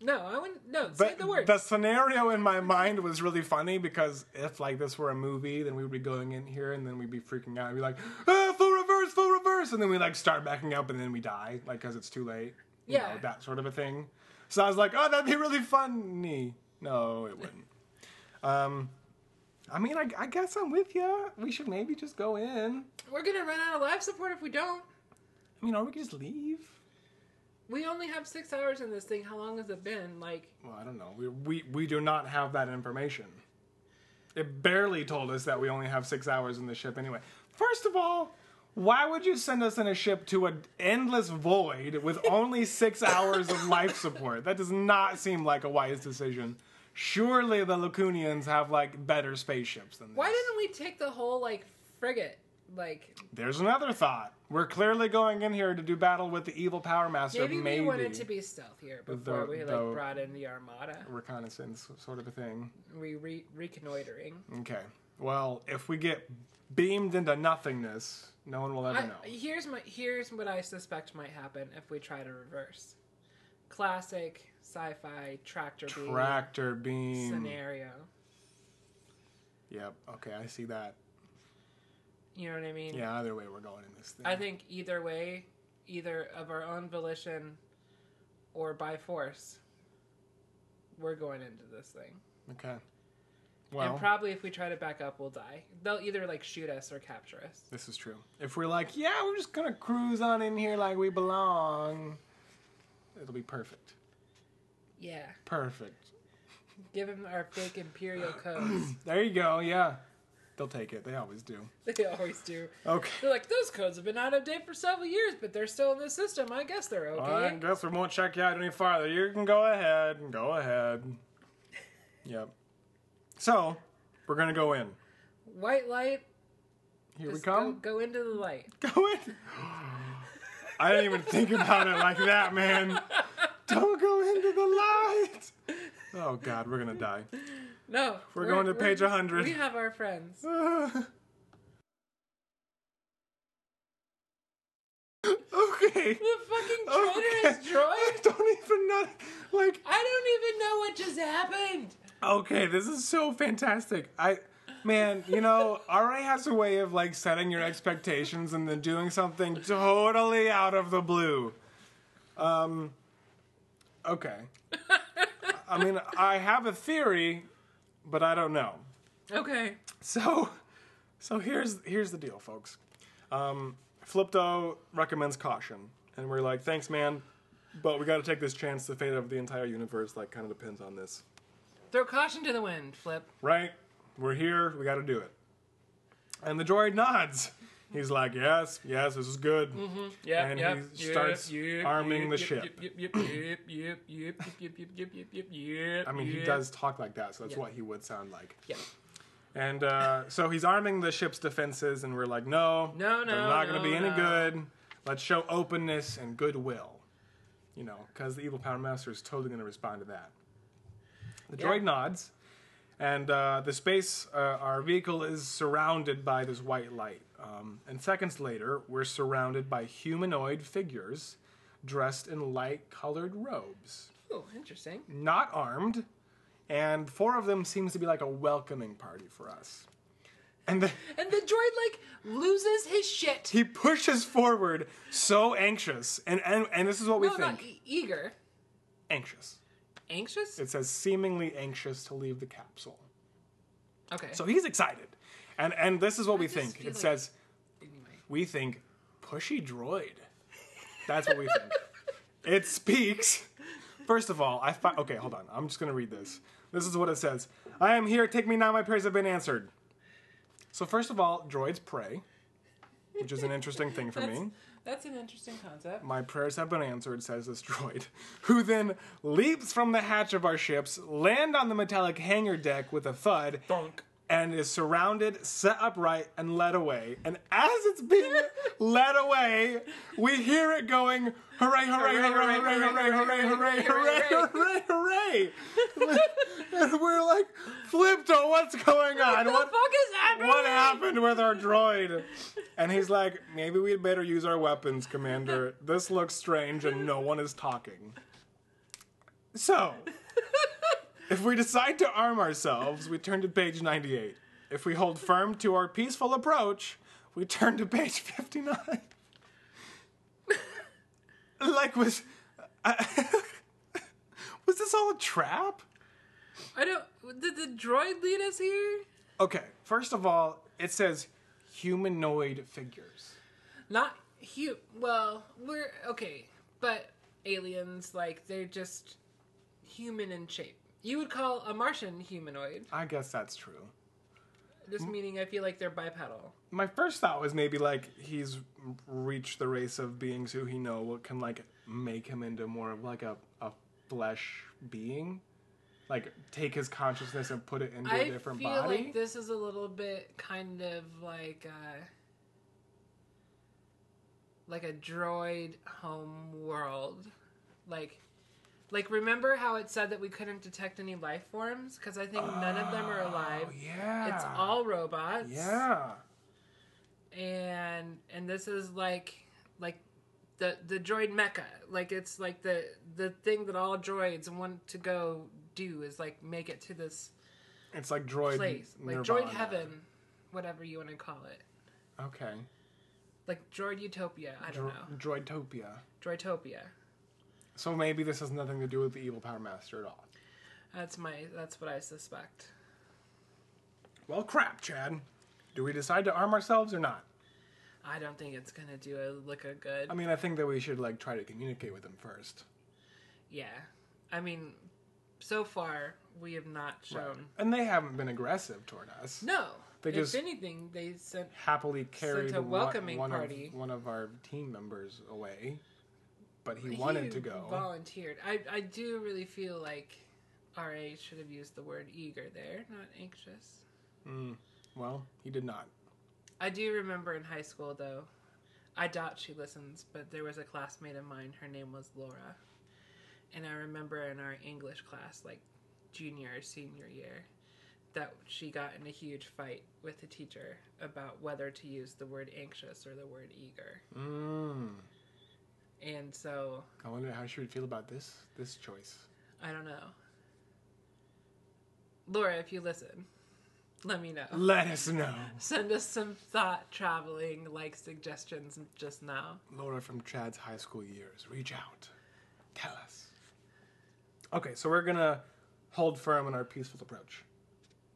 B: No, I wouldn't. No, say
C: But
B: the word.
C: the scenario in my mind was really funny because if like this were a movie, then we'd be going in here and then we'd be freaking out and be like, ah, full reverse, full reverse, and then we like start backing up and then we die like because it's too late. You
B: Yeah.
C: know, that sort of a thing. So I was like, oh, that'd be really funny. No, it wouldn't. um, I mean, I, I guess I'm with you. We should maybe just go in.
B: We're gonna run out of life support if we don't.
C: I mean, or we could just leave.
B: We only have six hours in this thing. How long has it been? Like,
C: Well, I don't know. We, we we do not have that information. It barely told us that we only have six hours in the ship anyway. First of all, why would you send us in a ship to an endless void with only six hours of
B: (laughs)
C: life support? That does not seem like a wise decision. Surely the Lacunians have like better spaceships than this.
B: why didn't we take the whole like frigate? Like,
C: There's another thought. We're clearly going in here to do battle with the evil Power Master.
B: maybe,
C: Maybe,
B: we wanted to be stealthier before
C: The-
B: we like
C: the-
B: brought in the armada.
C: reconnaissance sort of a thing.
B: We re- reconnoitering.
C: Okay. Well, if we get beamed into nothingness, no one will ever
B: I,
C: know.
B: here's my here's what I suspect might happen if we try to reverse. Classic sci-fi tractor beam
C: Tractor beam.
B: scenario.
C: Yep. Okay, I see that.
B: You know what I mean?
C: Yeah. Either way, we're going in this thing.
B: I think either way, either of our own volition or by force, we're going into this thing.
C: okay. Well,
B: and probably if we try to back up, we'll die. They'll either like shoot us or capture us.
C: this is true. If we're like, yeah, we're just gonna cruise on in here like we belong, it'll be perfect.
B: Yeah.
C: Perfect. (clears throat)
B: Give them our fake
C: (coughs)
B: imperial codes. (laughs)
C: There you go. Yeah. They'll take it. They always do.
B: they always do.
C: Okay.
B: They're like, those codes have been out of date for several years, but they're still in the system. I guess they're
C: I
B: okay.
C: guess we won't check you out any farther. You can go ahead. Go ahead. Yep. So, we're gonna go in.
B: White light.
C: Here we
B: just
C: come.
B: Go, go into the light.
C: Go, in. (gasps) I didn't even think about it like that, man. Don't go into the light. Oh God, we're gonna die. (sighs)
B: No.
C: We're going to page 100.
B: We have our friends.
C: okay.
B: The (laughs) fucking
C: Okay.
B: traitorous droid?
C: I (laughs) don't even know. Like,
B: I don't even know what just happened.
C: okay, this is so fantastic. I, man, you know, (laughs) RA has a way of like setting your expectations and then doing something totally out of the blue. Um, okay. I mean, I have a theory, but I don't know.
B: Okay.
C: So, so here's here's the deal, folks. Um, Flipto recommends caution, and we're like, thanks, man, but we got to take this chance. The fate of the entire universe like kind of depends on this,
B: Throw caution to the wind, Flip.
C: right? We're here. We got to do it. And the droid nods. He's like, yes, yes, this is good.
B: Yeah,
C: And yep, he yep, starts yep, arming yep, the yep, ship.
B: Yep, yep, yep, yep, yep, yep, yep, yep, yep, yep, yep.
C: I mean, he does talk like that, so that's
B: Yeah.
C: what he would sound like.
B: Yeah.
C: And uh, so he's arming the ship's defenses, and we're like, no,
B: No, no,
C: they're not going
B: no,
C: to be any
B: no.
C: good. Let's show openness and goodwill, you know, because the evil Power Master is totally going to respond to that. The
B: Yeah.
C: droid nods, and uh, the space, uh, our vehicle is surrounded by this white light. Um, and seconds later, we're surrounded by humanoid figures dressed in light colored robes
B: Oh, interesting.
C: not armed, and four of them seems to be like a welcoming party for us. And then (laughs)
B: And the droid like loses his shit.
C: he pushes forward, so anxious, and and, and this is what we
B: No,
C: think.
B: not e- eager.
C: anxious.
B: Anxious?
C: It says seemingly anxious to leave the capsule.
B: Okay.
C: So he's excited. And and this is what we
B: just
C: think. It
B: feel like-
C: says
B: anyway.
C: we think pushy droid. That's what we think. it speaks. First of all, I fi- okay, hold on. I'm just gonna read this. This is what it says. I am here. Take me now. My prayers have been answered. So first of all, droids pray, which is an interesting thing for
B: That's,
C: me.
B: that's an interesting concept.
C: My prayers have been answered, says this droid, (laughs) who then leaps from the hatch of our ships, land on the metallic hangar deck with a thud,
B: Bonk.
C: and is surrounded, set upright, and led away. And as it's (laughs) being led away, we hear it going, hooray, hooray, hooray, hooray, hooray, hooray, hooray, hooray, hooray, hooray. (laughs) And we're like, Flipto, what's going on?
B: What the fuck is happening?
C: What happened with our droid? And he's like, maybe we'd better use our weapons, Commander. This looks strange and no one is talking. So, if we decide to arm ourselves, we turn to page 98. If we hold firm to our peaceful approach, we turn to page 59. like, was. uh, (laughs) was this all a trap?
B: I don't. Did the droid lead us here?
C: Okay, first of all, it says humanoid figures.
B: Not hu. Well, we're okay, but aliens like they're just human in shape. You would call a Martian humanoid.
C: I guess that's true.
B: This
C: Hmm.
B: meaning, I feel like they're bipedal.
C: My first thought was maybe like he's reached the race of beings who he know what can like make him into more of like a, a flesh being, like take his consciousness and put it into a
B: I
C: different
B: feel
C: body.
B: like this is a little bit kind of like a, like a droid home world, like. Like remember how it said that we couldn't detect any life forms because I think none of them are alive.
C: oh yeah,
B: It's all robots.
C: yeah.
B: and and this is like like the the droid mecca like it's like the the thing that all droids want to go do is like make it to this
C: It's like droid
B: place like droid
C: nirvana.
B: heaven whatever you want to call it
C: Okay,
B: like droid utopia i don't
C: Dro-
B: know
C: droidtopia.
B: droidtopia
C: So maybe this has nothing to do with the evil power master at all.
B: that's my that's what i suspect
C: Well, crap, Chad. Do we decide to arm ourselves or not?
B: i don't think it's gonna do a look a good
C: I mean, I think that we should like try to communicate with them first.
B: yeah i mean so far we have not shown
C: And they haven't been aggressive toward us.
B: no
C: They
B: if
C: just-
B: anything they sent
C: Happily carried
B: a welcoming
C: one, one
B: party.
C: Of, one of our team members away, but he wanted to go.
B: Volunteered. I I do really feel like RA should have used the word eager there, not anxious.
C: well, he did not.
B: I do remember in high school though. I doubt she listens, but there was a classmate of mine, her name was Laura. And I remember in our English class like junior or senior year that she got in a huge fight with the teacher about whether to use the word anxious or the word eager.
C: Mm.
B: And so
C: I wonder how she would feel about this this choice.
B: I don't know. Laura, if you listen, let me know.
C: Let us know,
B: Send us some thought traveling like suggestions just now.
C: Laura from Chad's high school years. Reach out, tell us. Okay, so we're gonna hold firm in our peaceful approach.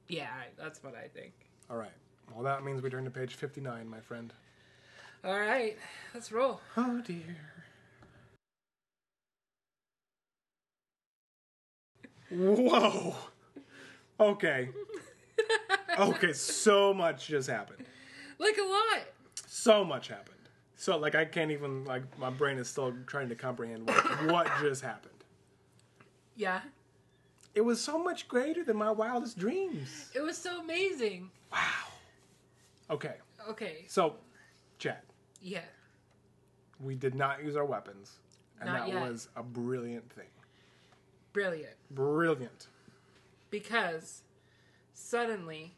B: Yeah, I- that's what I think.
C: All right. Well, that means we turn to page fifty-nine, my friend.
B: All right, let's roll.
C: Oh dear. Whoa. Okay. Okay, so much just happened.
B: Like a lot.
C: So much happened. So like I can't even like my brain is still trying to comprehend what, what just happened.
B: Yeah.
C: It was so much greater than my wildest dreams.
B: It was so amazing.
C: Okay.
B: Okay.
C: So, Chad,
B: Yeah.
C: we did not use our weapons and
B: Not
C: that
B: yet.
C: was a brilliant thing.
B: Brilliant.
C: Brilliant.
B: Because suddenly,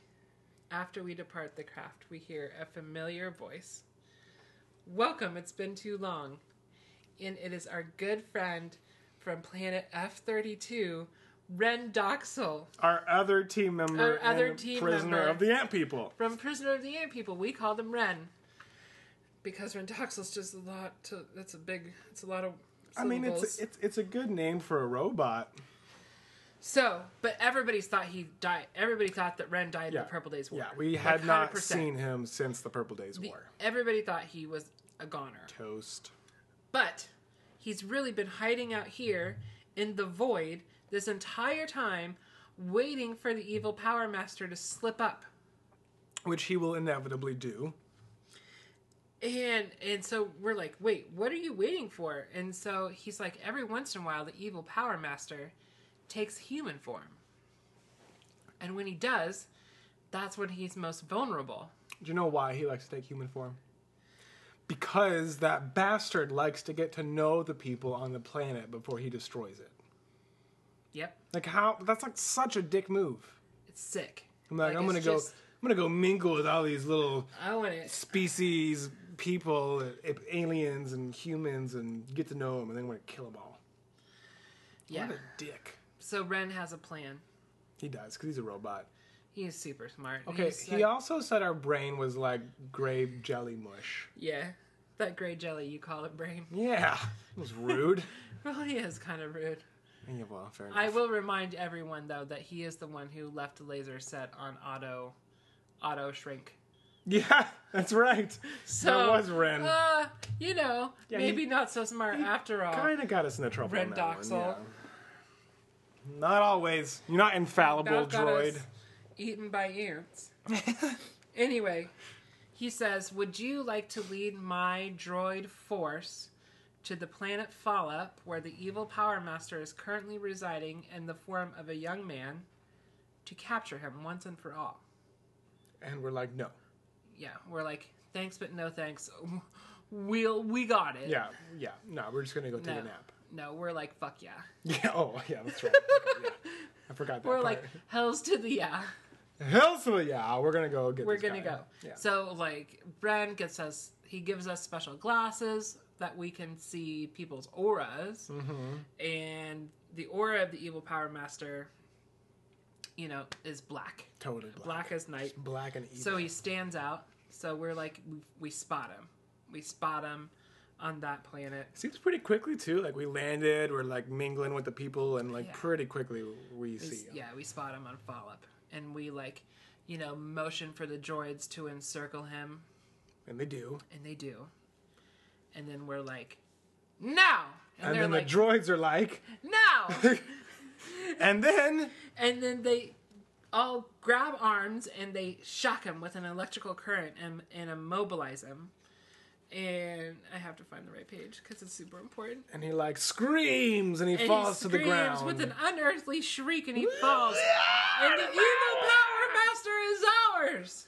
B: after we depart the craft, we hear a familiar voice. Welcome, it's been too long. And it is our good friend from planet F32, Ren Doxel,
C: our other team member
B: Our other
C: and
B: team
C: prisoner
B: member.
C: of the ant people.
B: from Prisoner of the Ant People. We call them Ren. Because Ren Doxel's just a lot to that's a big it's a lot of it's
C: I mean, it's
B: syllables.
C: it's it's a good name for a robot.
B: so, but everybody's thought he died. Everybody thought that Ren died
C: Yeah,
B: in the Purple Days War.
C: Yeah, we had not
B: 100%.
C: seen him since the Purple Days
B: The-
C: War.
B: Everybody thought he was a goner.
C: Toast.
B: But he's really been hiding out here in the void this entire time, waiting for the evil Power Master to slip up.
C: Which he will inevitably do.
B: And and so we're like, wait, what are you waiting for? And so he's like, every once in a while, the evil Power Master takes human form. And when he does, that's when he's most vulnerable.
C: Do you know why he likes to take human form? Because that bastard likes to get to know the people on the planet before he destroys it.
B: Yep,
C: Like how that's like such a dick move.
B: it's sick.
C: I'm like, I'm
B: it's
C: gonna go
B: just-
C: I'm gonna go mingle with all these little
B: I want it.
C: species, people, uh, aliens and humans and get to know them and then want to kill them all.
B: Yeah.
C: What a dick.
B: So Ren has a plan.
C: He does because he's a robot.
B: He is super smart.
C: Okay,
B: He's
C: he
B: like-
C: also said our brain was like gray jelly mush.
B: Yeah. That gray jelly you call it brain. (laughs)
C: Yeah, it was rude.
B: Really is kind of rude.
C: yeah, well, fair enough.
B: I will remind everyone though that he is the one who left a laser set on auto auto shrink.
C: Yeah, that's right.
B: So
C: that was Ren.
B: Uh, you know,
C: Yeah,
B: maybe
C: he-
B: not so smart after all.
C: kind of got us into trouble.
B: Ren
C: on that
B: Doxel.
C: one, yeah. Not always. You're not infallible,
B: About got
C: droid.
B: us eaten by ants. (laughs) anyway, he says, "Would you like to lead my droid force to the planet Fallop, where the evil Power Master is currently residing in the form of a young man, to capture him once and for all?"
C: (laughs) And we're like, no.
B: Yeah, we're like, "Thanks, but no thanks. (laughs) We'll we got it."
C: Yeah, yeah. No, we're just gonna go take
B: No.
C: a nap. (laughs)
B: No, we're like, "Fuck yeah."
C: Yeah. Oh, yeah. That's
B: (laughs)
C: right. Okay, yeah. I forgot that.
B: We're
C: part.
B: like, "Hells to the yeah."
C: Hell so yeah, we're gonna go get.
B: we're
C: this
B: gonna
C: guy.
B: go.
C: Yeah.
B: So like Bren gets us he gives us special glasses that we can see people's auras
C: Mm-hmm.
B: and the aura of the evil power master you know is black
C: totally black.
B: black as night
C: Black and evil.
B: so he stands out so we're like we, we spot him we spot him on that planet
C: Seems pretty quickly too. Like we landed, we're like mingling with the people, and like
B: Yeah.
C: pretty quickly we
B: We s-
C: see. 'em.
B: yeah we spot him on fall up and we like you know motion for the droids to encircle him
C: and they do.
B: And they do. And then we're like, now! And,
C: And,
B: they're
C: then
B: like,
C: the droids are
B: (laughs)
C: like,
B: now!
C: (laughs) and then
B: and then they all grab arms and they shock him with an electrical current and, and immobilize him. And I have to find the right page because it's super important.
C: and he like screams and he
B: And
C: falls
B: he
C: to the ground.
B: with an (laughs) unearthly shriek and he falls. and the evil power master is ours!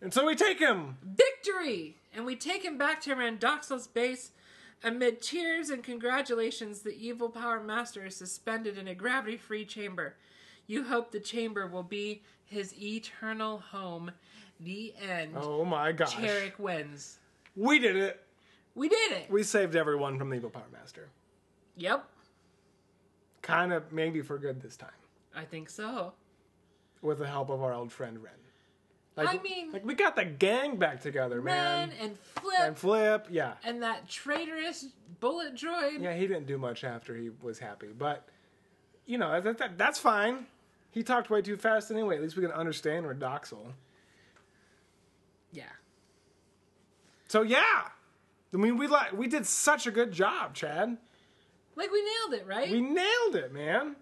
C: and so we take him.
B: victory! And we take him back to Randoxel's base. Amid cheers and congratulations, the evil Power Master is suspended in a gravity free chamber. You hope the chamber will be his eternal home. The end.
C: Oh my gosh.
B: Tarek wins.
C: We did it.
B: We did it!
C: We saved everyone from the evil power master.
B: Yep,
C: Kind of maybe for good this time,
B: I think so.
C: with the help of our old friend Ren. Like,
B: I mean-
C: like we got the gang back together, man.
B: Ren and Flip
C: and Flip, yeah.
B: and that traitorous bullet droid.
C: Yeah, he didn't do much after he was happy, but you know that, that, that's fine. He talked way too fast anyway. At least we can understand Redoxel.
B: yeah.
C: So yeah, I mean we like we did such a good job, Chad.
B: Like we nailed it, right?
C: We nailed it, man.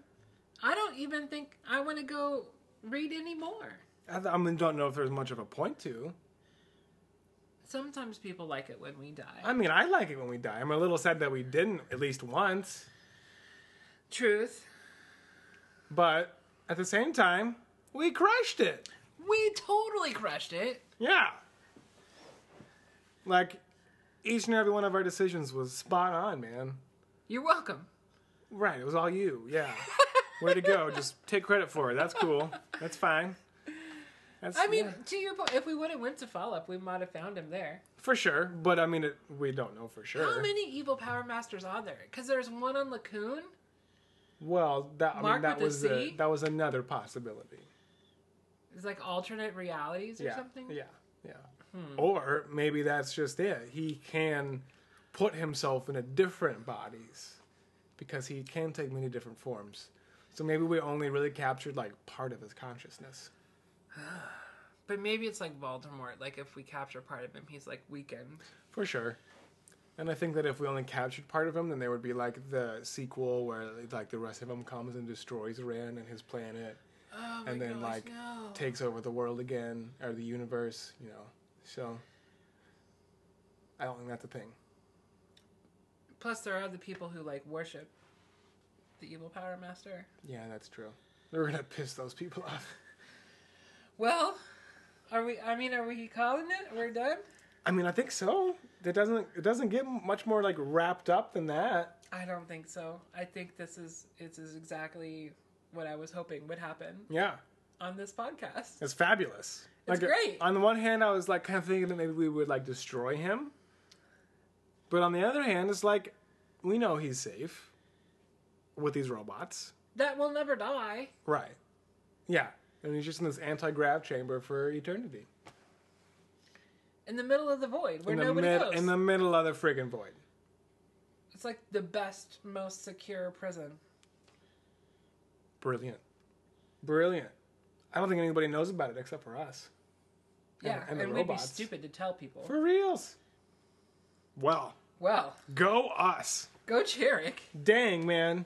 B: I don't even think I want to go read any more.
C: I, I mean, don't know if there's much of a point to.
B: Sometimes people like it when we die.
C: I mean, I like it when we die. I'm a little sad that we didn't at least once,
B: Truth.
C: but at the same time, we crushed it.
B: We totally crushed it.
C: Yeah. Like each and every one of our decisions was spot on, man.
B: You're welcome.
C: Right, it was all you.
B: (laughs)
C: Yeah. Way to go. Just take credit for it. That's cool. That's fine. That's,
B: I mean,
C: yeah,
B: to your point, if we would have went to follow up, we might have found him there.
C: for sure. But I mean, it, we don't know for sure.
B: How many evil power masters are there? Because there's one on Lacoon.
C: well, that I mean,
B: Mark
C: that
B: with a
C: was a,
B: C?
C: that was another possibility.
B: It's like alternate realities or
C: Yeah.
B: something. Hmm.
C: Yeah. Yeah. Or maybe that's just it. He can put himself into different bodies. because he can take many different forms. So maybe we only really captured like part of his consciousness.
B: But maybe it's like Voldemort. Like if we capture part of him, he's like weakened.
C: For sure. And I think that if we only captured part of him, then there would be like the sequel where like the rest of him comes and destroys Ren and his planet,
B: Oh my
C: and then
B: gosh,
C: like
B: no.
C: takes over the world again or the universe. You know, so I don't think that's a thing.
B: Plus, there are the people who like worship the evil power master.
C: Yeah, that's true. We're gonna piss those people off.
B: Well, are we? I mean, are we calling it? We're done.
C: I mean, I think so. It doesn't. It doesn't get much more like wrapped up than that.
B: I don't think so. I think this is it is exactly what I was hoping would happen
C: Yeah,
B: on this podcast.
C: it's fabulous.
B: It's
C: like,
B: great.
C: On the one hand, I was like kind of thinking that maybe we would like destroy him, but on the other hand, it's like we know he's safe with these robots,
B: That will never die.
C: right? Yeah, and he's just in this anti-grav chamber for eternity
B: In the middle of the void where
C: in the
B: nobody
C: mid-
B: goes.
C: in the middle of the friggin' void.
B: It's like the best, most secure prison.
C: Brilliant, brilliant. I don't think anybody knows about it except for us.
B: Yeah, and,
C: and the
B: we'd be
C: robots.
B: stupid to tell people.
C: For reals. Well,
B: well,
C: go us.
B: go Cherick.
C: Dang, man.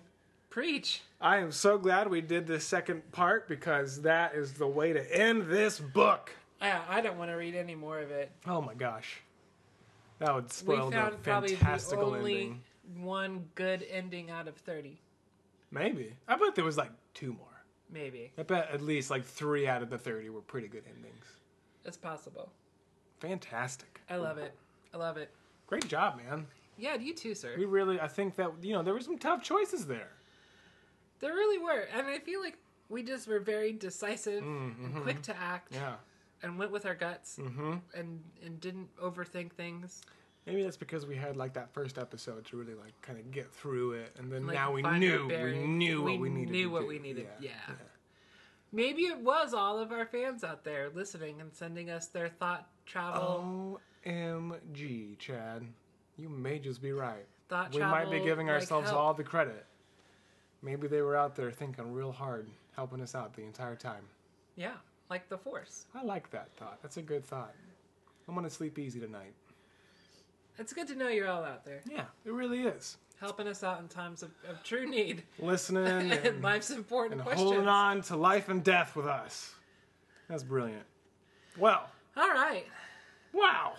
B: Preach.
C: I am so glad we did this second part because that is the way to end this book.
B: Yeah, I don't want to read any more of it.
C: Oh my gosh. That would
B: We
C: spoil the
B: found probably the
C: fantastical
B: only
C: ending.
B: one good ending out of 30.
C: Maybe. I bet there was like two more.
B: Maybe.
C: I bet at least like three out of the 30 were pretty good endings.
B: It's possible.
C: Fantastic.
B: I love it. I love it.
C: Great job, man.
B: Yeah, you too, sir.
C: We really, I think that, you know, there were some tough choices there.
B: There really were. And I feel like we just were very decisive and quick to act
C: Mm, mm-hmm. Yeah. Mm-hmm.
B: and went with our guts and, and didn't overthink things.
C: Maybe that's because we had like that first episode to really like kind of get through it, and then
B: Like,
C: now we
B: find our
C: knew we
B: bearings.
C: knew what we needed.
B: knew
C: to
B: what
C: do.
B: we needed. Yeah. Maybe it was all of our fans out there listening and sending us their thought
C: Um,
B: travel,
C: Omg, Chad, you may just be right.
B: thought
C: we
B: travel.
C: might be giving
B: like,
C: ourselves
B: help.
C: all the credit. Maybe they were out there thinking real hard, helping us out the entire time.
B: Yeah, like the force.
C: I like that thought. That's a good thought. I'm gonna sleep easy tonight.
B: It's good to know you're all out there
C: Yeah, it really is.
B: helping us out in times of, of true need (laughs)
C: Listening and,
B: and life's important
C: and
B: questions.
C: holding on to life and death with us. That's brilliant. Well,
B: All right,
C: wow.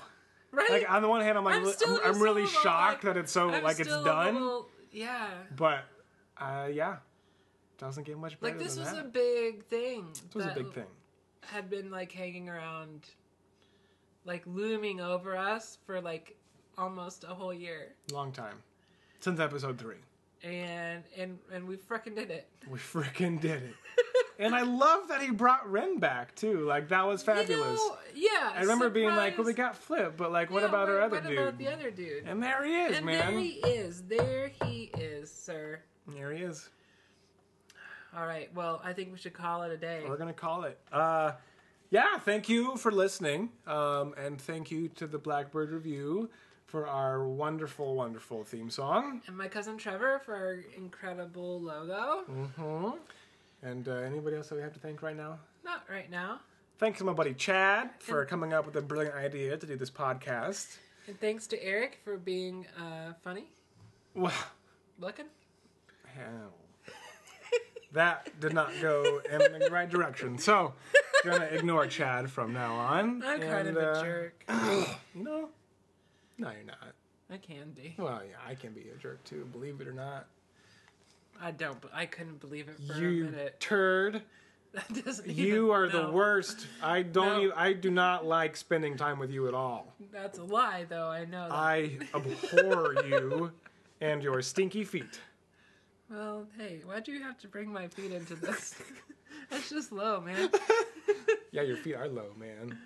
B: right.
C: Like on the one hand, I'm like
B: I'm
C: li-
B: still-
C: I'm,
B: I'm
C: I'm really
B: still a little,
C: shocked
B: like-
C: that it's so
B: I'm
C: Oh, like it's
B: still a
C: done,
B: little- yeah,
C: but uh, yeah, doesn't get much better.
B: like this
C: than
B: was a
C: that.
B: big thing.
C: this was a
B: that
C: big thing.
B: Had been like hanging around, like looming over us for like almost a whole year,
C: Long time since episode three.
B: and and and we freaking did it. (laughs)
C: We (laughs) freaking did it, and I love that he brought Ren back too. Like that was fabulous.
B: You know, yeah.
C: I remember being like, "Well, we
B: surprise.
C: got Flip, but like, what
B: Yeah,
C: about our
B: what-
C: other
B: what
C: dude?"
B: about the other dude?
C: and there he is,
B: and
C: man.
B: there he is. There he is, sir.
C: There he is.
B: All right. Well, I think we should call it a day.
C: We're gonna call it. Uh, yeah, thank you for listening, um, and thank you to the Blackbird Review for our wonderful, wonderful theme song.
B: And my cousin Trevor for our incredible logo.
C: Mm-hmm. And uh, anybody else that we have to thank right now?
B: Not right now.
C: Thanks to my buddy Chad for coming up with a brilliant idea to do this podcast.
B: And thanks to Eric for being uh, funny
C: Well,
B: looking.
C: hell. (laughs) that did not go in the right direction. So, gonna ignore Chad from now on.
B: I'm kind of
C: And,
B: a
C: uh,
B: jerk.
C: No, no, you're not.
B: I can be.
C: Well, yeah, I can be a jerk too, believe it or not.
B: I don't. But I couldn't believe it for a
C: You
B: minute. (laughs)
C: turd.
B: That doesn't.
C: You
B: even-
C: are the
B: no.
C: worst. I don't.
B: No.
C: Even, I do not like spending time with you at all.
B: That's a lie, though. I know. That.
C: I
B: (laughs)
C: abhor you and your stinky feet.
B: Well, hey, why'd you have to bring my feet into this? (laughs) That's just low, man.
C: Yeah, your feet are low, man.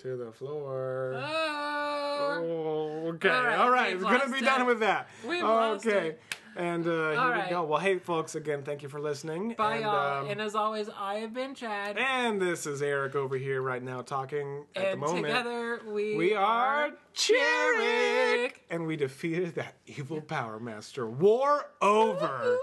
C: To the floor.
B: Oh.
C: Oh, okay. All
B: All right,
C: right.
B: we've
C: We're gonna
B: lost
C: be
B: it.
C: done with that.
B: We've
C: okay.
B: lost it.
C: And uh, here
B: All
C: we
B: right.
C: go. Well, hey, folks, again, thank you for listening.
B: Bye,
C: and,
B: y'all.
C: um,
B: and uh, as always, I have been Chad.
C: and this is Eric over here right now talking at the
B: and
C: moment.
B: together we,
C: we are Cherick!
B: Cherick.
C: And we defeated that evil Power Master. War over.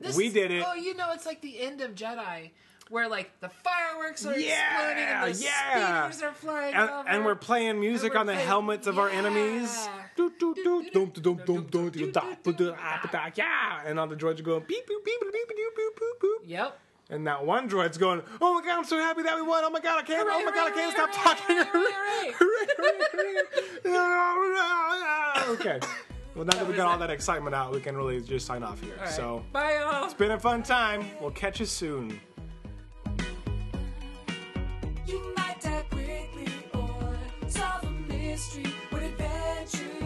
B: This
C: we
B: is-
C: did it.
B: Oh, you know, it's like the end of Jedi, where like the fireworks are exploding
C: Yeah,
B: and the
C: yeah.
B: speeders are flying
C: and,
B: over.
C: and we're playing music
B: we're
C: on the
B: playing-
C: helmets of our enemies.
B: Yeah.
C: Do, do, do, dum, dum, dum, dum, dum, dum, da, ba, da, ah, ba, da, Yeah, and all the droids are going beep boop beep boop beep boop boop boop boop.
B: Yep.
C: And that one droid's going, oh my god, I'm so happy that we won. Oh my god, I can't, oh my god, I can't stop talking.
B: hooray,
C: (laughs) okay. Well, now that we got all that excitement out, we can really just sign off here. So,
B: bye, y'all.
C: it's been a fun time. We'll catch you soon.
A: You might die quickly or solve a mystery with adventure.